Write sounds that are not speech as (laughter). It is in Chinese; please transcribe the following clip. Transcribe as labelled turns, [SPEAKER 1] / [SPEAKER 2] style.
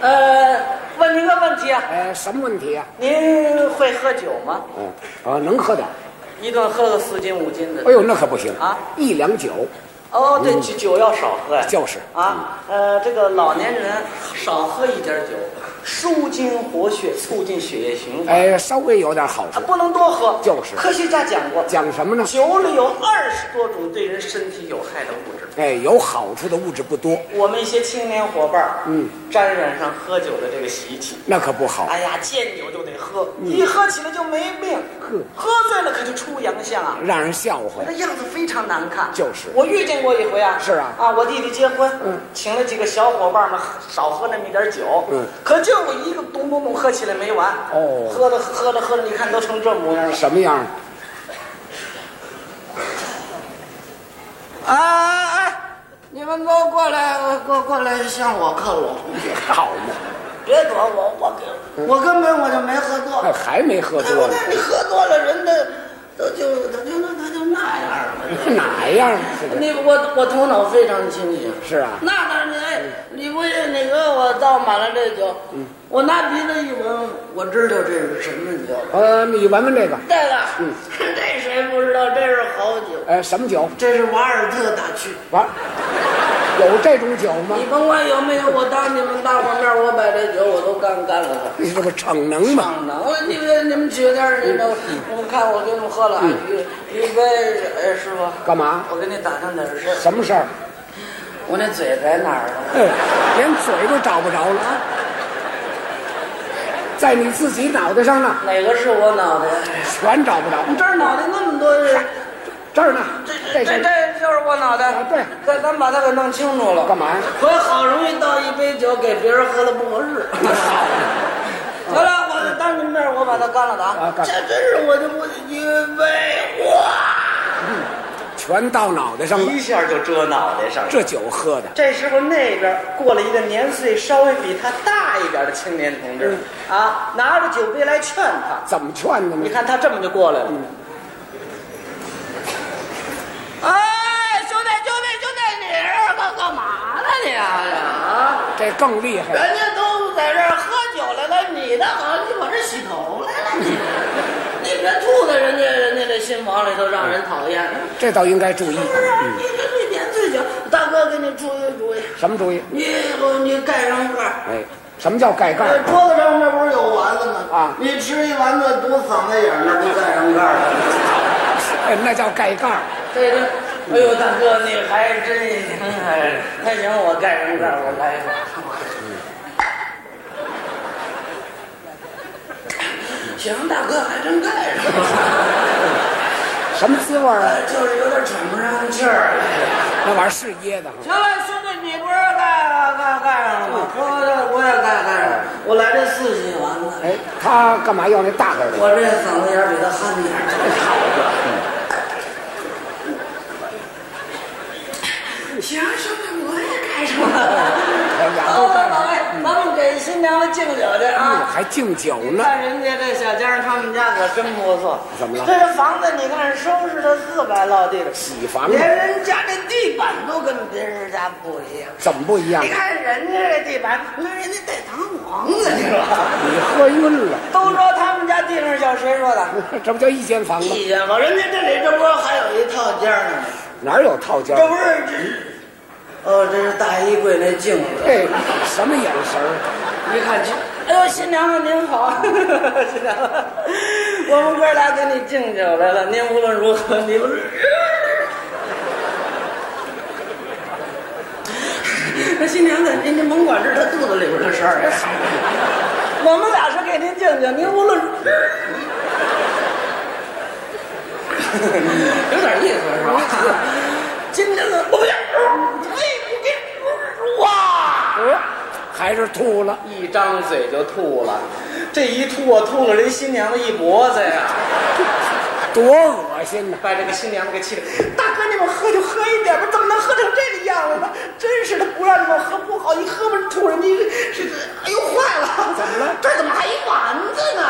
[SPEAKER 1] 呃，问您个问题啊，
[SPEAKER 2] 哎，什么问题啊？
[SPEAKER 1] 您会喝酒吗？
[SPEAKER 2] 嗯，啊，能喝点。
[SPEAKER 1] 一顿喝个四斤五斤的
[SPEAKER 2] 哎。呦，那可不行
[SPEAKER 1] 啊！
[SPEAKER 2] 一两酒，
[SPEAKER 1] 哦，对，酒酒要少喝呀。
[SPEAKER 2] 就是
[SPEAKER 1] 啊，呃，这个老年人少喝一点酒，舒筋活血，促进血液循环。
[SPEAKER 2] 哎，稍微有点好处
[SPEAKER 1] 啊，。不能多喝。
[SPEAKER 2] 就是
[SPEAKER 1] 科学家讲过，
[SPEAKER 2] 讲什么呢？
[SPEAKER 1] 酒里有二十多种对人身体有害的物质。
[SPEAKER 2] 哎，有好处的物质不多，
[SPEAKER 1] 我们一些青年伙伴儿，
[SPEAKER 2] 嗯，
[SPEAKER 1] 沾染上喝酒的这个习气，
[SPEAKER 2] 那可不好。
[SPEAKER 1] 哎呀，见酒就得喝，一喝起来就没病，
[SPEAKER 2] 呵
[SPEAKER 1] 喝醉了可就出洋相啊。
[SPEAKER 2] 让人笑话
[SPEAKER 1] 那。样子非常难看，
[SPEAKER 2] 就是
[SPEAKER 1] 我遇见过一回啊，
[SPEAKER 2] 是啊
[SPEAKER 1] 啊，我弟弟结婚，
[SPEAKER 2] 嗯，
[SPEAKER 1] 请了几个小伙伴们少喝那么一点酒，
[SPEAKER 2] 嗯，
[SPEAKER 1] 可就我一个咚咚咚喝起来没完，
[SPEAKER 2] 哦
[SPEAKER 1] 喝着喝着喝着，你看都成这模样了，
[SPEAKER 2] 什么样？
[SPEAKER 1] 啊哎，你们都过来，过过来向我靠拢，
[SPEAKER 2] 好嘛，
[SPEAKER 1] 别躲我，我给，我根本我就没喝多，
[SPEAKER 2] 哎还没喝
[SPEAKER 1] 对不
[SPEAKER 2] 多
[SPEAKER 1] 对
[SPEAKER 2] 呢，？
[SPEAKER 1] 你喝多了，人的都就他就他就那样了。
[SPEAKER 2] 哪样？这个
[SPEAKER 1] 你我我头脑非常清醒。
[SPEAKER 2] 是啊
[SPEAKER 1] 那当然，哎，你不信，你给我倒满了这酒，我拿鼻子一闻，我知道这是什么酒。
[SPEAKER 2] 呃，你闻闻这个，
[SPEAKER 1] 这个， (laughs) 这谁不知道？这是好酒，
[SPEAKER 2] 哎，什么酒？
[SPEAKER 1] 这是瓦尔特大曲。
[SPEAKER 2] 玩，有这种酒吗
[SPEAKER 1] 你？甭管有没有，我当你们大伙面，我把这酒我都干干了它。
[SPEAKER 2] 你这不逞能吗？
[SPEAKER 1] 上呢，我你们你们几点？你们我们看我给你们喝了啊，一一杯，哎，师傅，
[SPEAKER 2] 干嘛？
[SPEAKER 1] 我给你打探点事儿。
[SPEAKER 2] 什么事儿？
[SPEAKER 1] 我那嘴在哪儿啊呢？
[SPEAKER 2] 哎 (laughs) 连嘴都找不着了啊，在你自己脑袋上呢，
[SPEAKER 1] 哪个是我脑袋？
[SPEAKER 2] 全找不着。
[SPEAKER 1] 你这儿脑袋那么多人，
[SPEAKER 2] 这儿呢，
[SPEAKER 1] 这
[SPEAKER 2] 是
[SPEAKER 1] 这就是我脑袋
[SPEAKER 2] 啊。对，
[SPEAKER 1] 这咱把它给弄清楚了。
[SPEAKER 2] 干嘛呀？ (laughs)
[SPEAKER 1] 我好容易倒一杯酒给别人喝了不合 (laughs) 适。得了，我当着面我把它干了的
[SPEAKER 2] 啊干
[SPEAKER 1] 这真是我就不一杯哇，
[SPEAKER 2] 全到脑袋上了。
[SPEAKER 1] 一下就遮脑袋上了。
[SPEAKER 2] 这酒喝的，
[SPEAKER 1] 这时候那边过了一个年岁稍微比他大一点的青年同志，啊，拿着酒杯来劝他。
[SPEAKER 2] 怎么劝的
[SPEAKER 1] 你
[SPEAKER 2] 呢？
[SPEAKER 1] 看他这么就过来了。哎，兄弟，兄弟，兄弟，你这干干嘛呢？你啊，啊，
[SPEAKER 2] 这更厉害了，
[SPEAKER 1] 人家都在这儿喝酒来了，你倒好，你往这洗头来了，你你别吐在人家人家这新房里头，让人讨厌。
[SPEAKER 2] 这倒应该注意
[SPEAKER 1] 是。不是？你这这年岁小，大哥给你出一主意，
[SPEAKER 2] 什么主意？
[SPEAKER 1] 你你盖上盖儿。
[SPEAKER 2] 哎，什么叫盖盖
[SPEAKER 3] 这
[SPEAKER 2] 儿？
[SPEAKER 3] 桌子上这不是有丸子吗？
[SPEAKER 2] 啊
[SPEAKER 3] 你吃一丸子堵嗓子眼儿，那不盖上盖儿了？
[SPEAKER 2] 哎，那叫盖盖儿。
[SPEAKER 1] 这个，哎呦，大哥，你还真行啊！那行，我盖上盖，我来吧。行，大哥还真盖上了，
[SPEAKER 2] 什么滋味儿啊？
[SPEAKER 1] 就是有点喘不上气儿来。
[SPEAKER 2] 那玩意儿是噎的哈。
[SPEAKER 1] 行了，兄弟，你不是盖了盖盖上了吗？我我也盖盖上了，我来这四喜丸子，
[SPEAKER 2] 哎，他干嘛要那大盖儿的？
[SPEAKER 1] 我这嗓子眼儿比他憨点儿。行，兄弟，我也盖上了。
[SPEAKER 2] 哎俩
[SPEAKER 1] 好
[SPEAKER 2] 都
[SPEAKER 1] 了，
[SPEAKER 2] 盖
[SPEAKER 1] 宝
[SPEAKER 2] 上。
[SPEAKER 1] 贝，咱们给新娘子敬酒去
[SPEAKER 2] 嗯，
[SPEAKER 1] 啊！
[SPEAKER 2] 还敬酒
[SPEAKER 1] 你
[SPEAKER 2] 呢。
[SPEAKER 1] 看人家这小江，他们家可真不错。
[SPEAKER 2] 怎么了
[SPEAKER 1] 这房子你看收拾的四百落地的，
[SPEAKER 2] 洗房子
[SPEAKER 1] 连人家这地板都跟别人家不一样。
[SPEAKER 2] 怎么不一样
[SPEAKER 1] 你？看人家这地板，那人家带弹簧的，你
[SPEAKER 2] (laughs)
[SPEAKER 1] 说？
[SPEAKER 2] 你喝晕了，
[SPEAKER 1] 都说他们家地上小，谁说
[SPEAKER 2] (laughs)
[SPEAKER 1] 的？
[SPEAKER 2] 这不叫一间房吗？
[SPEAKER 1] 一间房，人家这里这不是还有一套间儿呢吗？
[SPEAKER 2] 哪有套间儿？
[SPEAKER 1] 这不是这，哦，这是大衣柜那镜子。
[SPEAKER 2] 哎，什么眼神儿？
[SPEAKER 1] 一看去，哎呦，新娘子您好， (laughs) 新娘子，我们哥俩给你敬酒来了，您无论如何，您不是。 (laughs) 那新娘子，您您甭管这是她肚子里边的事儿呀，我们俩是给您敬酒，您无论如 (laughs) 有点意思是吧？今天的不要，哎喂，哇！
[SPEAKER 2] 嗯还是吐了。
[SPEAKER 1] 一张嘴就吐了，这一吐啊，吐了人新娘子一脖子呀，
[SPEAKER 2] 多恶心呐、
[SPEAKER 1] 把这个新娘子给气的。大哥，你们喝就喝一点吧，怎么能喝成这个样子呢？真是的，不让你们喝不好，一喝不是吐人家，是哎呦坏了，
[SPEAKER 2] 怎么了
[SPEAKER 1] 这儿怎么还一丸子呢？